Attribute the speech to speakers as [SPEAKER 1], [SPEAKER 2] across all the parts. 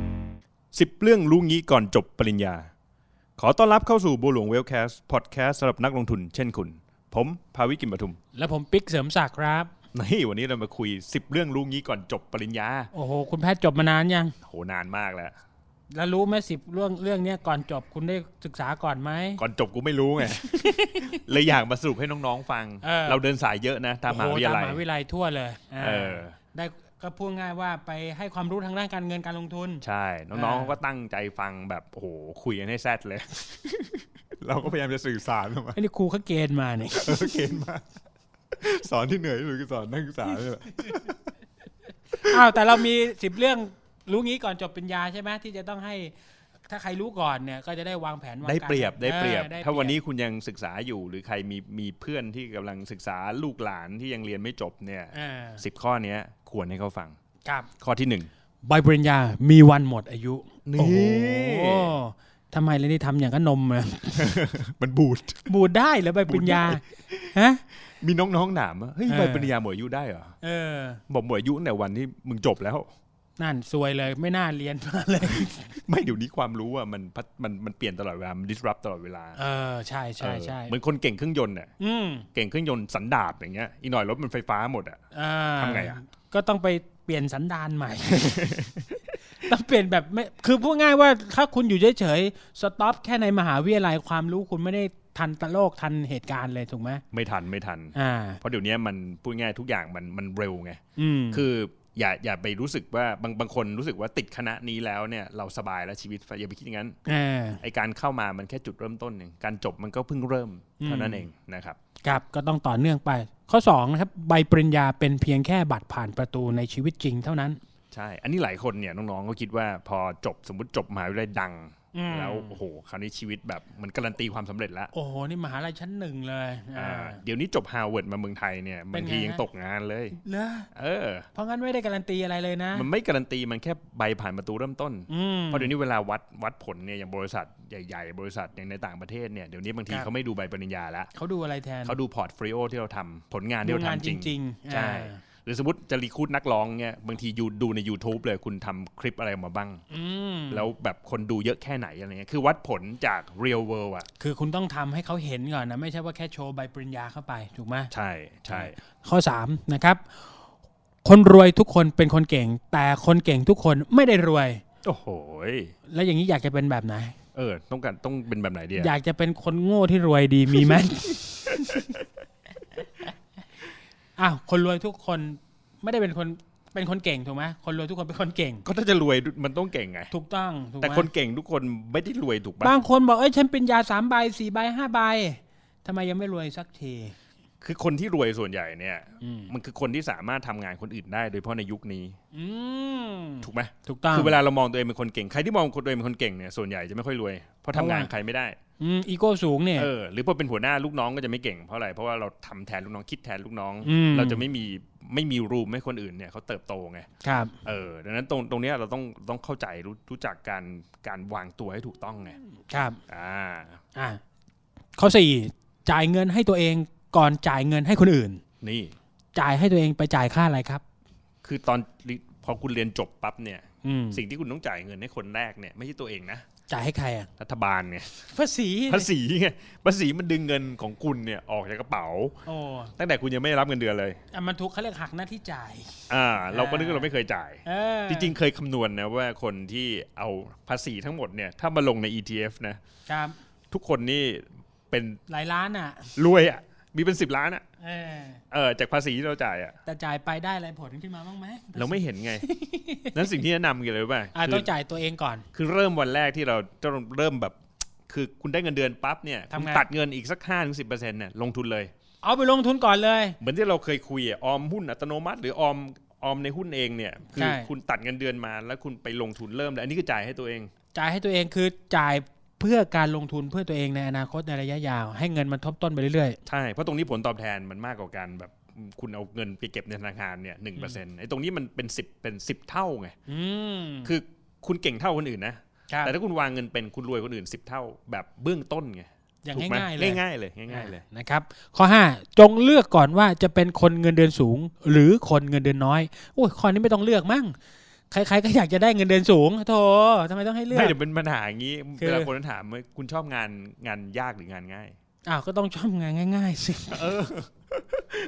[SPEAKER 1] 10 เรื่องรู้งี้ก่อนจบปริญญา ขอต้อนรับเข้าสู่บัวหลวงเวลแคสต์พอดแคสต์สำหรับนักลงทุนเช่นคุณ ผมภาวิกิมปทุม
[SPEAKER 2] แล้วผมปิ๊กเสริมศักดิ์ครับ
[SPEAKER 1] นี่วันนี้เรามาคุย 10 เรื่องรู้งี้ก่อนจบปริญญา
[SPEAKER 2] โอ้โห คุณแพทย์จบมานานยัง
[SPEAKER 1] โหนานมากแล้ว
[SPEAKER 2] แล้วรู้ไหมสิบเรื่องเรื่องเนี้ยก่อนจบคุณได้ศึกษาก่อนไหม
[SPEAKER 1] ก่อนจบกูไม่รู้ ไง เลยอยากมาสรุปให้น้องๆฟัง
[SPEAKER 2] เออ
[SPEAKER 1] เราเดินสายเยอะนะตาม
[SPEAKER 2] โอ้
[SPEAKER 1] ม
[SPEAKER 2] โห
[SPEAKER 1] หาวิท
[SPEAKER 2] ตาม
[SPEAKER 1] ยาม ลัย
[SPEAKER 2] หาวิทยาลัยทั่วเลยา
[SPEAKER 1] เออ
[SPEAKER 2] ได้ก็พูดง่ายว่าไปให้ความรู้ทางด้านการเงินการลงทุน
[SPEAKER 1] ใช่ น้องๆเขาก็ตั้งใจฟังแบบโอ้โหคุยกันให้แซด เลย เราก็พยายามจะสื่อสารออกมา
[SPEAKER 2] ไอ้นี่ครูเขาเกณฑ์มาเนี่ย
[SPEAKER 1] เออเกณฑ์มากสอนที่เหนื่อยที่สุดคือสอนนักศึกษาเนี่ยแหละ
[SPEAKER 2] อ้าวแต่เรามีสิบเรื่องรู้งี้ก่อนจบปริญญาใช่ไหมที่จะต้องให้ ถ้าใครรู้ก่อนเนี่ยก็จะได้วางแผนวาง
[SPEAKER 1] ได้
[SPEAKER 2] กา
[SPEAKER 1] เปรียบได้เปรียบ
[SPEAKER 2] ออได้
[SPEAKER 1] ถ้าวันนี้คุณยังศึกษาอยู่ หรือใครมีมีเพื่อนที่กำลังศึกษาลูกหลานที่ยังเรียนไม่จบเนี่ย
[SPEAKER 2] อ่า
[SPEAKER 1] สิบข้อเนี้ยควรให้เขาฟัง
[SPEAKER 2] ครับ
[SPEAKER 1] ข้อที่หนึ่ง
[SPEAKER 2] ใบปริญญา มีวันหมดอายุ
[SPEAKER 1] นี่
[SPEAKER 2] โอ้โหทำไมเลยนี่ทำอย่างกับนมอะ
[SPEAKER 1] มันบูด
[SPEAKER 2] บูดได้เหรือใบปริญญาฮะ
[SPEAKER 1] มีน้องๆหนามว่าเฮ้ย
[SPEAKER 2] เออ
[SPEAKER 1] ใบปริญญาหมดอายุได้เหรอ
[SPEAKER 2] เออ
[SPEAKER 1] บอกหมดอายุตั้งแต่วันที่มึงจบแล้ว
[SPEAKER 2] นั่นซวยเลยไม่น่าเรียนมาเลย
[SPEAKER 1] ไม่เดี๋ยวนี้ความรู้อ่ะมันพัฒมันมันเปลี่ยนตลอดเวลา มัน disrupt ตลอดเวลา
[SPEAKER 2] เออ ใช่ใช่
[SPEAKER 1] เออ
[SPEAKER 2] ใช่
[SPEAKER 1] เหมือนคนเก่งเครื่องยนต์อ่ะ
[SPEAKER 2] อืม
[SPEAKER 1] เก่งเครื่องยนต์สันดาบอย่างเงี้ยอีกหน่อยรถมันไฟฟ้าหมดอ่ะ
[SPEAKER 2] อ่า
[SPEAKER 1] ทำไงอะ
[SPEAKER 2] ก็ต้องไปเปลี่ยนสันดานใหม่ ต้องเปลี่ยนแบบไม่คือพูดง่ายว่าถ้าคุณอยู่เฉยๆสต็อปแค่ในมหาวิทยาลัยความรู้คุณไม่ได้ทันตะโลกทันเหตุการณ์เลยถูกไหม
[SPEAKER 1] ไม่ทันไม่ทัน
[SPEAKER 2] อ่า
[SPEAKER 1] เพราะเดี๋ยวนี้มันพูดง่ายทุกอย่างมันมันเร็วไง
[SPEAKER 2] อืม
[SPEAKER 1] คืออย่าอย่าไปรู้สึกว่าบางบางคนรู้สึกว่าติดคณะนี้แล้วเนี่ยเราสบายแล้วชีวิตอย่าไปคิดอย่างนั้น
[SPEAKER 2] อ่า
[SPEAKER 1] ไอการเข้ามามันแค่จุดเริ่มต้นหนึ่งการจบมันก็เพิ่งเริ่มเท่านั้นเองนะครับ
[SPEAKER 2] ครับก็ต้องต่อเนื่องไป ข้อสองนะครับใบปริญญาเป็นเพียงแค่บัตรผ่านประตูในชีวิตจริงเท่านั้น
[SPEAKER 1] ใช่ อันนี้หลายคนเนี่ยน้องๆก็คิดว่าพอจบสมมติจบมหาวิทยาลัยดัง
[SPEAKER 2] อืม
[SPEAKER 1] แล้วโอ้โหคราวนี้ชีวิตแบบเหมันการันตีความสำเร็จแล้ว
[SPEAKER 2] โอ้โหนี่มหาลัยชั้นหนึ่งเลย
[SPEAKER 1] อ่า
[SPEAKER 2] อ่า
[SPEAKER 1] เดี๋ยวนี้จบฮาร์วาร์ดมาเมืองไทยเนี่ย
[SPEAKER 2] เป็
[SPEAKER 1] บาน ง
[SPEAKER 2] ไง
[SPEAKER 1] ทียัง
[SPEAKER 2] ฮะ
[SPEAKER 1] ตกงานเลย
[SPEAKER 2] เหรอ
[SPEAKER 1] เออ
[SPEAKER 2] เพราะงั้นไม่ได้การันตีอะไรเลยนะ
[SPEAKER 1] มันไม่การันตีมันแค่ใบผ่านประตูเริ่มต้น
[SPEAKER 2] อืม
[SPEAKER 1] เพราะเดี๋ยวนี้เวลาวัดวัดผลเนี่ยอย่างบริษัทใหญ่ๆ บริษัทอย่างในต่างประเทศเนี่ยเดี๋ยวนี้บางที
[SPEAKER 2] ครับ
[SPEAKER 1] เขาไม่ดูใบปริญญาละ
[SPEAKER 2] เขาดูอะไรแทน
[SPEAKER 1] เขาดูพอร์ตโฟลิโอที่เราทำผลงานที่เรา
[SPEAKER 2] งาน
[SPEAKER 1] ทำ
[SPEAKER 2] จ
[SPEAKER 1] จริง
[SPEAKER 2] ริงๆ
[SPEAKER 1] ใช่
[SPEAKER 2] อ่า
[SPEAKER 1] หรือสมมติจะรีคูดนักร้องเนี่ยบางทียูดูใน YouTube เลยคุณทำคลิปอะไรออกมาบ้าง
[SPEAKER 2] อืม
[SPEAKER 1] แล้วแบบคนดูเยอะแค่ไหนอะไรเงี้ย คือวัดผลจาก real world อ่ะ
[SPEAKER 2] คือคุณต้องทำให้เขาเห็นก่อนนะ ไม่ใช่ว่าแค่โชว์ใบปริญญาเข้าไป ถูกไหม
[SPEAKER 1] ใช่ใช่
[SPEAKER 2] ข้อ 3 นะครับ คนรวยทุกคนเป็นคนเก่ง แต่คนเก่งทุกคนไม่ได้รวย
[SPEAKER 1] โอ้โหย
[SPEAKER 2] แล้วอย่างนี้อยากจะเป็นแบบไหน
[SPEAKER 1] เออ ต้องการต้องเป็นแบบไหนดี
[SPEAKER 2] อ
[SPEAKER 1] อะ
[SPEAKER 2] ยากจะเป็นคนโง่ที่รวยดี มีไหม อ้าวคนรวยทุกคนไม่ได้เป็นคนเป็นคนเก่งถูกไหมคนรวยทุกคนเป็นคนเก่ง
[SPEAKER 1] ก็ถ้าจะรวยมันต้องเก่งไง
[SPEAKER 2] ถูกต้องถูกไหม
[SPEAKER 1] แต่คนเก่งทุกคนไม่ได้รวยถูกปะ
[SPEAKER 2] บางคนบอกเอ้ยฉันเป็นยาสามใบสี่ใบห้าใบทำไมยังไม่รวยสักที
[SPEAKER 1] คือคนที่รวยส่วนใหญ่เนี่ย
[SPEAKER 2] อืม
[SPEAKER 1] มันคือคนที่สามารถทำงานคนอื่นได้ โดยเฉพาะในยุคนี้
[SPEAKER 2] อืม
[SPEAKER 1] ถูกไหม
[SPEAKER 2] ถูกต้อง
[SPEAKER 1] คือเวลาเรามองตัวเองเป็นคนเก่ง ใครที่มองตัวเองเป็นคนเก่งเนี่ย ส่วนใหญ่จะไม่ค่อยรวย เพราะทำงานใครไม่ได้
[SPEAKER 2] อืมอีโก้สูงเนี่ย
[SPEAKER 1] เออ หรือพอเป็นหัวหน้าลูกน้องก็จะไม่เก่ง เพราะอะไร เพราะว่าเราทำแทนลูกน้อง คิดแทนลูกน้อง
[SPEAKER 2] อืม
[SPEAKER 1] เราจะไม่มีไม่มีรูมให้คนอื่นเนี่ยเขาเติบโตไง
[SPEAKER 2] ครับ
[SPEAKER 1] เออดังนั้นตรงตรงเนี้ยเราต้องต้องเข้าใจรู้รู้จักการการวางตัวให้ถูกต้องไง
[SPEAKER 2] ครับ
[SPEAKER 1] อ่า
[SPEAKER 2] อ่ะข้อสี่จ่ายเงินให้ตัวเองก่อนจ่ายเงินให้คนอื่น
[SPEAKER 1] นี่
[SPEAKER 2] จ่ายให้ตัวเองไปจ่ายค่าอะไรครับ
[SPEAKER 1] คือตอนลิพอคุณเรียนจบปั๊บเนี่ย
[SPEAKER 2] อืม
[SPEAKER 1] สิ่งที่คุณต้องจ่ายเงินให้คนแรกเนี่ยไม่ใช่ตัวเองนะ
[SPEAKER 2] จ่ายให้ใครอ่ะ
[SPEAKER 1] รัฐบาลเนี่ย
[SPEAKER 2] ภาษี
[SPEAKER 1] ภาษีไงภาษีมันดึงเงินของคุณเนี่ยออกจากกระเป๋า
[SPEAKER 2] โอ้
[SPEAKER 1] ตั้งแต่คุณยังไม่ได้รับเงินเดือนเลย
[SPEAKER 2] อ่ะมันถูกเขาเรียกหักหน้าที่จ่าย
[SPEAKER 1] อ่าเราก็นึกว่าเราไม่เคยจ่าย
[SPEAKER 2] เออ
[SPEAKER 1] จริงๆ เคยคำนวณนะว่าคนที่เอาภาษีทั้งหมดเนี่ยถ้ามาลงใน ETF นะครับ ทุกคนนี่เป็น
[SPEAKER 2] หลายล้านอ่ะ
[SPEAKER 1] รวยอะ่ะมีเป็นสิบล้านอะ่ะ
[SPEAKER 2] เออ
[SPEAKER 1] เออจากภาษีที่เราจ่ายอ่ะ
[SPEAKER 2] แต่จ่ายไปได้อะไรผลขึ้นมาบ้างไหม
[SPEAKER 1] เราไม่เห็นไง นั้นสิ่งที่แนะนำกันเลยว่า
[SPEAKER 2] อ่ะ
[SPEAKER 1] คื
[SPEAKER 2] ต้องจ่ายตัวเองก่อน
[SPEAKER 1] คือเริ่มวันแรกที่เราจะเริ่มแบบ คือคุณได้เงินเดือนปั๊บเนี่ย
[SPEAKER 2] ทำไง
[SPEAKER 1] คุณตัดเงินอีกสักห้าถึงสิบเปอร์เซ็นต์เนี่ยลงทุนเลย
[SPEAKER 2] เอาไปลงทุนก่อนเลย
[SPEAKER 1] เหมือนที่เราเคยคุยอะออมหุ้นอัตโนมัติ หรือออมออมในหุ้นเองเนี่ยคื
[SPEAKER 2] ใช่
[SPEAKER 1] อคุณตัดเงินเดือนมาแล้วคุณไปลงทุนเริ่มเลยอันนี้คือจ่ายให้ตัวเอง
[SPEAKER 2] จ่ายให้ตัวเองคือจ่ายเพื่อการลงทุนเพื่อตัวเองในอนาคตในระยะยาว ให้เงินมันทบต้นไปเรื่อย
[SPEAKER 1] ใช่ เพราะตรงนี้ผลตอบแทนมันมากกว่าการแบบคุณเอาเงินไปเก็บในธนาคารเนี่ยหนึ่งเปอร์เซ็นต์ไอ้ตรงนี้มันเป็นสิบเป็นสิบเท่าไง
[SPEAKER 2] ๆ อืม
[SPEAKER 1] คือคุณเก่งเท่าคนอื่นนะ
[SPEAKER 2] ครับ
[SPEAKER 1] แต่ถ้าคุณวางเงินเป็นคุณรวยกว่าคนอื่นสิบเท่าแบบเบื้องต้นไง
[SPEAKER 2] อย่าง
[SPEAKER 1] ถูกไหม
[SPEAKER 2] ง่ายๆเลย
[SPEAKER 1] ง่ายๆเลยง่ายๆเลย
[SPEAKER 2] นะครับ ข้อ 5 จงเลือกก่อนว่าจะเป็นคนเงินเดือนสูง หรือคนเงินเดือนน้อยโอ้ยข้อนี้ไม่ต้องเลือกมั้ง ใครๆก็อยากจะได้เงินเดือนสูงโธ่ทำไมต้องให้เลือ
[SPEAKER 1] ไม่
[SPEAKER 2] ก
[SPEAKER 1] เดี๋ยวเป็นปัญหาอย่างนี้
[SPEAKER 2] คือ
[SPEAKER 1] เวลาคนถามว่าคุณชอบงานงานยากหรืองานง่าย
[SPEAKER 2] อ้าวก็ต้องชอบงานง่ายๆสิ
[SPEAKER 1] เออ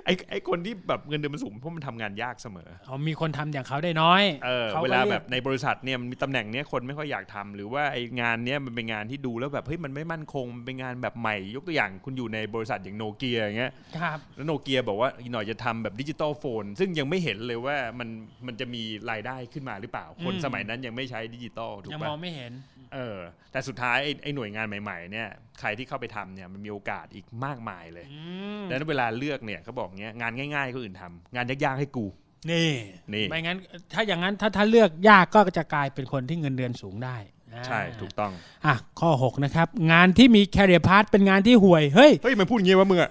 [SPEAKER 1] ไอไอคนที่แบบเงินเดือนมันสูงเพราะมันทำงานยากเสมอ
[SPEAKER 2] เอามีคนทำอย่างเขาได้น้อย
[SPEAKER 1] เออ
[SPEAKER 2] เขาก็
[SPEAKER 1] เวลา
[SPEAKER 2] เรียก
[SPEAKER 1] แบบในบริษัทเนี่ยมันมีตำแหน่งเนี้ยคนไม่ค่อยอยากทำหรือว่าไองานเนี้ยมันเป็นงานที่ดูแล้วแบบเฮ้ยมันไม่มั่นคงมันเป็นงานแบบใหม่ ยกตัวอย่างคุณอยู่ในบริษัทอย่างโนเกียอย่างเงี้ย
[SPEAKER 2] ครับ
[SPEAKER 1] แล้วโนเกียบอกว่าอีกหน่อยจะทำแบบดิจิตอลโฟน ซึ่งยังไม่เห็นเลยว่ามันมันจะมีรายได้ขึ้นมาหรือเปล่า คน
[SPEAKER 2] อืม
[SPEAKER 1] สมัยนั้นยังไม่ใช้ดิจิตอลถูก
[SPEAKER 2] ยังม
[SPEAKER 1] ปะ
[SPEAKER 2] องไม่เห็น
[SPEAKER 1] เออแต่สุดท้ายไอ้ไอหน่วยงานใหม่ๆเนี่ยใครที่เข้าไปทำเนี่ยมันมีโอกาสอีกมากมายเลย
[SPEAKER 2] อืม
[SPEAKER 1] ดังนั้นเวลาเลือกเนี่ยเขาบอกเงี้ยงานง่ายๆให้คนอื่นทำงานยากๆให้กู
[SPEAKER 2] นี่
[SPEAKER 1] นี่
[SPEAKER 2] ไม่งั้น ถ้าอย่างนั้นถ้าถ้าเลือกยากก็จะกลายเป็นคนที่เงินเดือนสูงได้อ่า
[SPEAKER 1] ใช่ถูกต้อง
[SPEAKER 2] อ่ะข้อ 6 นะครับ งานที่มีแคริเอร์พาร์เป็นงานที่ห่วย เฮ้ย
[SPEAKER 1] เฮ้ยมันพูดอย่างงี้วะมึงอะ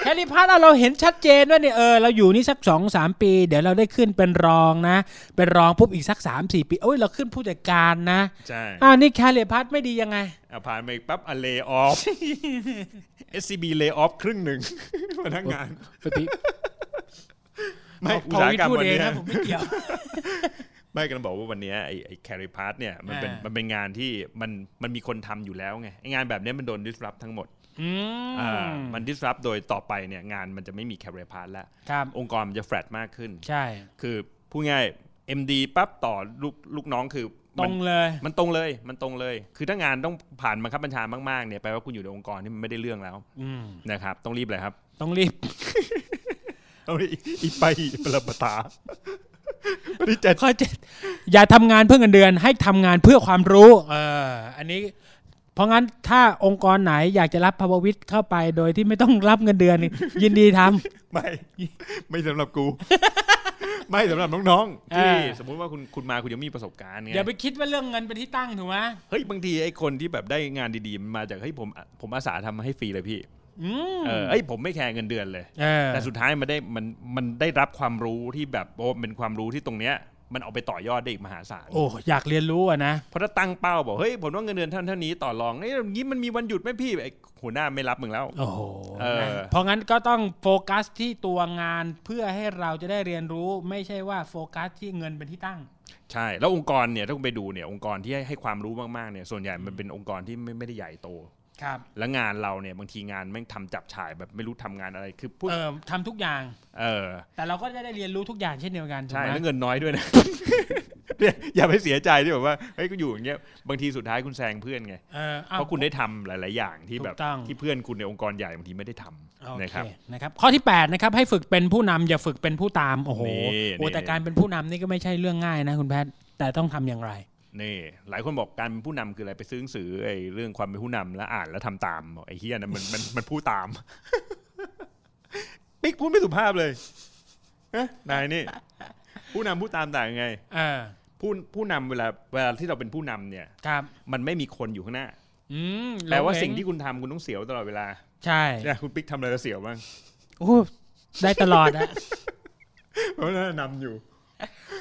[SPEAKER 2] แคริพัทเราเห็นชัดเจนว่าเนี่ยเออเราอยู่นี่สักสองสามปี เดี๋ยวเราได้ขึ้นเป็นรองนะ เป็นรองปุ๊บอีกสักสามสี่ปีโอ้ยเราขึ้นผู้จัดการนะ
[SPEAKER 1] ใช่
[SPEAKER 2] อ้าวนี่แคริพัทไม่ดียังไง
[SPEAKER 1] อ่ะผ่านไปปั๊บอ่ะเลย์อ อฟ SCB เลย์ออฟครึ่งห นึ่ง พนักงาน ไม่อุตสาหกรรมวันเนี้ย
[SPEAKER 2] ผมไม่เกี่ยว
[SPEAKER 1] ไม่กันบอกว่าวันเนี้ยไอ้ไอ้แคริพาร์เนี่ยมันเป็น
[SPEAKER 2] อ่ามั
[SPEAKER 1] มันเป็นงานที่มันมันมีคนทำอยู่แล้วไงไอ้งานแบบเนี้ยมันโดน disrupt ทั้งหมด
[SPEAKER 2] อื
[SPEAKER 1] อ่าม มัน disrupt โดยต่อไปเนี่ยงานมันจะไม่มีแคริพาร์แล้ว
[SPEAKER 2] ครับ
[SPEAKER 1] องค์กรมันจะแฟลตมากขึ้น
[SPEAKER 2] ใช่
[SPEAKER 1] คือพูดง่าย MD ปั๊บต่อลูกลูกน้องคือ
[SPEAKER 2] ต
[SPEAKER 1] มัน
[SPEAKER 2] รงเลย
[SPEAKER 1] มันตรงเลยมันตรงเลย คือถ้างานต้องผ่านบังคับบัญชามากๆเนี่ยแปลว่าคุณอยู่ในองค์กรที่มันไม่ได้เรื่องแล้ว
[SPEAKER 2] อืม
[SPEAKER 1] นะครับต้องรีบเลยครับ
[SPEAKER 2] ต้องรีบ
[SPEAKER 1] เอาดิอีไปอีปลาปะตาวันนี้เจ็ด
[SPEAKER 2] ข้อเจ็ดอย่าทำงานเพื่อเงินเดือนให้ทำงานเพื่อความรู้เอออันนี้ เพราะงั้นถ้าองค์กรไหนอยากจะรับภาววิทย์เข้าไปโดยที่ไม่ต้องรับเงินเดือน ยินดีทำ
[SPEAKER 1] ไม่ ไม่สำหรับกู ไม่สำหรับน้องๆที่
[SPEAKER 2] อ่า
[SPEAKER 1] สมมุติว่าคุณคุณมาคุณยังมีประสบการณ์ไง
[SPEAKER 2] อย่าไปคิดว่าเรื่องเงินเป็นที่ตั้งถูกไหม
[SPEAKER 1] เฮ้ยบางทีไอ้คนที่แบบได้งานดีๆมันมาจากเฮ้ยผมผมอาสาทำให้ฟรีเลยพี่
[SPEAKER 2] อืม
[SPEAKER 1] เออเอ้ยผมไม่แคร์เงินเดือนเลย
[SPEAKER 2] เออ
[SPEAKER 1] แต่สุดท้ายมันได้มันมันได้รับความรู้ที่แบบโอ้เป็นความรู้ที่ตรงเนี้ย มันเอาไปต่อยอดได้อีกมหาศาล
[SPEAKER 2] โอ้อยากเรียนรู้อะนะ
[SPEAKER 1] เพราะถ้าตั้งเป้าบอกเฮ้ยผมว่าเงินเดือนเท่าเท่านี้ต่อรองเอ้ยอย่างนี้มันมีวันหยุดไหมพี่ไอ้หัวหน้าไม่รับมึงแล้ว
[SPEAKER 2] โอ้โห
[SPEAKER 1] เออ
[SPEAKER 2] นะเพราะงั้นก็ต้องโฟกัสที่ตัวงานเพื่อให้เราจะได้เรียนรู้ ไม่ใช่ว่าโฟกัสที่เงินเป็นที่ตั้ง
[SPEAKER 1] ใช่ แล้วองค์กรเนี่ยถ้าคุณไปดูเนี่ยองค์กรที่ให้ให้ความรู้มากๆเนี่ยส่วนใหญ่มันเป็นองค์กรที่ไม่ไม่ได้ใหญ่โต
[SPEAKER 2] ครับ
[SPEAKER 1] และงานเราเนี่ยบางทีงานแม่งทำจับฉายแบบไม่รู้ทำงานอะไรคือพูด
[SPEAKER 2] เออทำทุกอย่าง
[SPEAKER 1] เออ
[SPEAKER 2] แต่เราก็จะได้เรียนรู้ทุกอย่างเช่นเดียวกันถูก
[SPEAKER 1] ใช่
[SPEAKER 2] ไหม
[SPEAKER 1] แล้วเงินน้อยด้วยนะ เนี่ยอย่าไปเสียใจที่แบบว่าเฮ้ยกูอยู่อย่างเงี้ยบางทีสุดท้ายคุณแซงเพื่อนไง
[SPEAKER 2] เอออ้ว
[SPEAKER 1] เพราะคุณได้ทำหลาย ๆ อย่างที่แบบ
[SPEAKER 2] ถูกต้อง
[SPEAKER 1] ที่เพื่อนคุณในองค์กรใหญ่บางทีไม่ได้ท
[SPEAKER 2] โอ
[SPEAKER 1] ำ
[SPEAKER 2] เค
[SPEAKER 1] นะครับ
[SPEAKER 2] นะครับข้อที่ 8 นะครับ ให้ฝึกเป็นผู้นำอย่าฝึกเป็นผู้ตาม โอ้โห
[SPEAKER 1] นี่
[SPEAKER 2] โอ้
[SPEAKER 1] นี่
[SPEAKER 2] แต่การเป็นผู้นำนี่ก็ไม่ใช่เรื่องง่ายนะคุณแพทย์แต่ต้องทำอย่างไร
[SPEAKER 1] นี่หลายคนบอกการเป็นผู้นำคืออะไรไปซื้อหนังสือไอ้เรื่องความเป็นผู้นำแล้วอ่านแล้วทำตามบอกไอ้เฮียนะมันมันมันผู้ตาม ปิ๊กพูดไม่สุภาพเลยฮะนายนี่ ผู้นำผู้ตามต่างยังไง
[SPEAKER 2] เออ
[SPEAKER 1] ผู้ผู้นำเวลาเวลาที่เราเป็นผู้นำเนี่ย
[SPEAKER 2] ครับ
[SPEAKER 1] มันไม่มีคนอยู่ข้างหน้า
[SPEAKER 2] อืม
[SPEAKER 1] แปลว่า
[SPEAKER 2] เเอง
[SPEAKER 1] สิ่งที่คุณทำคุณต้องเสียวตลอดเวลา
[SPEAKER 2] ใช่
[SPEAKER 1] เนี่ยคุณปิ๊กทำอะไรแล้วเสียวบ้าง
[SPEAKER 2] โอ้ได้ตลอดอะ
[SPEAKER 1] เพราะว่านำอยู่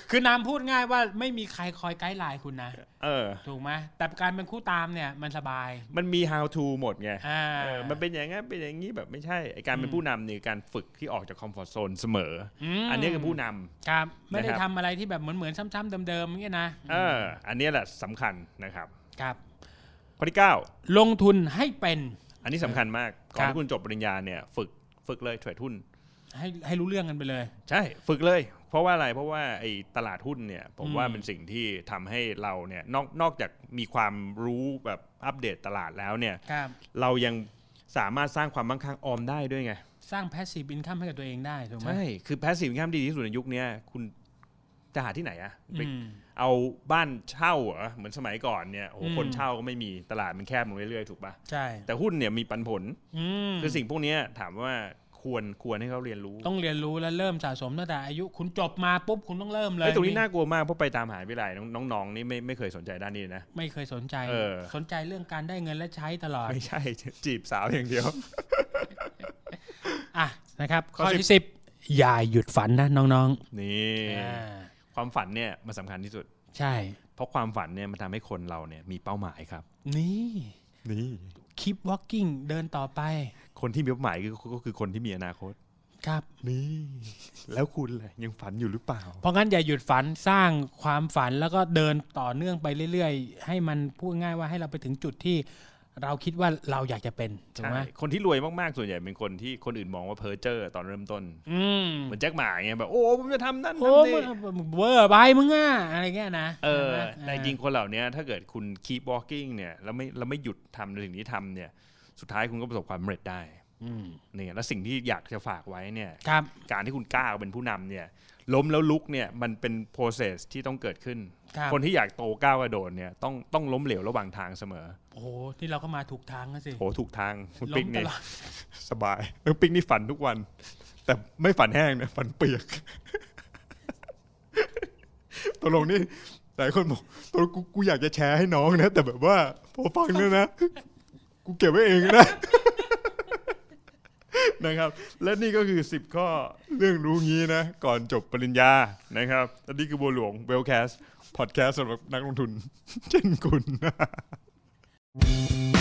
[SPEAKER 2] คือนามพูดง่ายว่าไม่มีใครคอยไกด์ไลน์คุณนะ
[SPEAKER 1] เออ
[SPEAKER 2] ถูกไหมแต่การเป็นคู่ตามเนี่ยมันสบาย
[SPEAKER 1] มันมี how to หมดไง
[SPEAKER 2] อ่า
[SPEAKER 1] เออมันเป็นอย่างงั้นเป็นอย่างนี้แบบไม่ใช่ไอการเป็น
[SPEAKER 2] อืม
[SPEAKER 1] ผู้นำเนี่ยการฝึกที่ออกจากคอมฟอร์ทโซนเสมออ
[SPEAKER 2] ม
[SPEAKER 1] อันนี้คือผู้นำ
[SPEAKER 2] ครับไม่
[SPEAKER 1] นะ
[SPEAKER 2] ได้
[SPEAKER 1] ครับ
[SPEAKER 2] ทำอะไรที่แบบเหมือนเหมือนๆซ้ำๆเดิมๆอย่างเงี้ยนะ
[SPEAKER 1] เอออันเนี้ยแหละสำคัญนะครับ
[SPEAKER 2] ครับ
[SPEAKER 1] ข้อที่เก้า
[SPEAKER 2] ลงทุนให้เป็น
[SPEAKER 1] อันนี้สำคัญมากก่อน
[SPEAKER 2] ครับ
[SPEAKER 1] ที่คุณจบปริญญาเนี่ยฝึกฝึกเลยเทรดหุ้น
[SPEAKER 2] ให้ให้รู้เรื่องกันไปเลย
[SPEAKER 1] ใช่ ฝึกเลย เพราะว่าอะไรเพราะว่าไอ้ตลาดหุ้นเนี่ยผมว่า
[SPEAKER 2] อืม
[SPEAKER 1] เป็นสิ่งที่ทำให้เราเนี่ยนอกนอกจากมีความรู้แบบอัปเดตตลาดแล้วเนี่ย
[SPEAKER 2] ครับ
[SPEAKER 1] เรายังสามารถสร้างความมั่งคั่งออมได้ด้วยไง
[SPEAKER 2] สร้างแพสซีฟอินคัมให้กับตัวเองได้ถูกไหม
[SPEAKER 1] ใช่ คือแพสซีฟข้ามดีที่สุดในยุคเนี้ยคุณจะหาที่ไหนอะไป
[SPEAKER 2] อืม
[SPEAKER 1] เอาบ้านเช่าเหรอเหมือนสมัยก่อนเนี่ยโอ้โห
[SPEAKER 2] อืม
[SPEAKER 1] คนเช่าก็ไม่มีตลาดมันแคบลงเรื่อยๆถูกปะ
[SPEAKER 2] ใช่
[SPEAKER 1] แต่หุ้นเนี่ยมีปันผล
[SPEAKER 2] อืม
[SPEAKER 1] คือสิ่งพวกเนี้ยถามว่าควรควรให้เขาเรียนรู้
[SPEAKER 2] ต้องเรียนรู้และเริ่มสะสมตั้งแต่อายุคุณจบมาปุ๊บคุณต้องเริ่มเล
[SPEAKER 1] ไอ้
[SPEAKER 2] ย
[SPEAKER 1] ยตรงนี้น่ากลัวมากเพราะไปตามหาวิทยาลัยน้องน้องๆนี่ไม่ไม่เคยสนใจด้านนี้เลยนะ
[SPEAKER 2] ไม่เคยสนใจ
[SPEAKER 1] เออ
[SPEAKER 2] สนใจเรื่องการได้เงินและใช้ตลอด
[SPEAKER 1] ไม่ใช่ จีบสาวอย่างเดียว
[SPEAKER 2] อ่ะนะครับ
[SPEAKER 1] ข้
[SPEAKER 2] ข้
[SPEAKER 1] อ
[SPEAKER 2] อที่สิบอย่าหยุดฝันนะน้อง
[SPEAKER 1] นี่
[SPEAKER 2] ๆอ่า
[SPEAKER 1] ความฝันเนี่ยมันสำคัญที่สุด
[SPEAKER 2] ใช่
[SPEAKER 1] เพราะความฝันเนี่ยมันทำให้คนเราเนี่ยมีเป้าหมายครับ
[SPEAKER 2] นี่
[SPEAKER 1] นี่
[SPEAKER 2] keep walking เดินต่อไป
[SPEAKER 1] คนที่มีเป้าหมายคือก็คือคนที่มีอนาคต
[SPEAKER 2] ครับ
[SPEAKER 1] นี่แล้วคุณล่ะยังฝันอยู่หรือเปล่า
[SPEAKER 2] เพราะงั้นอย่าหยุดฝันสร้างความฝันแล้วก็เดินต่อเนื่องไปเรื่อยๆ ให้มันพูดง่ายว่าให้เราไปถึงจุดที่เราคิดว่าเราอยากจะเป็นถูก
[SPEAKER 1] ใช่
[SPEAKER 2] ไหม
[SPEAKER 1] คนที่รวยมาก ๆ ส่วนใหญ่เป็นคนที่คนอื่นมองว่าเพ้อเจ้อตอนเริ่มต้น
[SPEAKER 2] อืม
[SPEAKER 1] เหมือนแจ็คหมาไงแบบ โอ้ ผมจะทำนั่น
[SPEAKER 2] โอ้
[SPEAKER 1] ทำนี่
[SPEAKER 2] มึงเวอร์ไปมึงอ่ะอะไรเงี้ยนะ
[SPEAKER 1] เออ
[SPEAKER 2] ใช่ไหม
[SPEAKER 1] แต่จริงคนเหล่านี้ถ้าเกิดคุณ keep walking เนี่ยแล้วไม่แล้วไม่หยุดทำในสิ่งที่ทำเนี่ย สุดท้ายคุณก็ประสบความสำเร็จได้
[SPEAKER 2] อืม
[SPEAKER 1] เนี่ยแล้วสิ่งที่อยากจะฝากไว้เนี่ย
[SPEAKER 2] ครับ
[SPEAKER 1] การที่คุณกล้าเป็นผู้นำเนี่ย ล้มแล้วลุกเนี่ยมันเป็น process ที่ต้องเกิดขึ้น
[SPEAKER 2] ครับ
[SPEAKER 1] คนที่อยากโตก้าวกระโดดเนี่ยต้องต้องล้มเหลวระหว่างทางเสมอ
[SPEAKER 2] โอ้โหที่เราก็มาถูกทางแล้วสิ
[SPEAKER 1] โหถูกทางคุณ
[SPEAKER 2] ล้
[SPEAKER 1] ปิ๊
[SPEAKER 2] ม
[SPEAKER 1] ก
[SPEAKER 2] ต
[SPEAKER 1] เนี่ย
[SPEAKER 2] ลอด
[SPEAKER 1] สบายน้องปิ๊กนี่ฝันทุกวัน แต่ไม่ฝันแห้งนะฝันเปียกตกลงนี่หลายคนบอกตกลงกูกูอยากจะแชร์ให้น้องนะ แต่แบบว่าพอฟังเนี่ยนะ กูเก็บไว้เองนะนะครับ และนี่ก็คือ 10 ข้อเรื่องรู้งี้นะ ก่อนจบปริญญานะครับและนี่คือบัวหลวงเวลแคสพอดแคสสำหรับนักลงทุน เช่นคุณ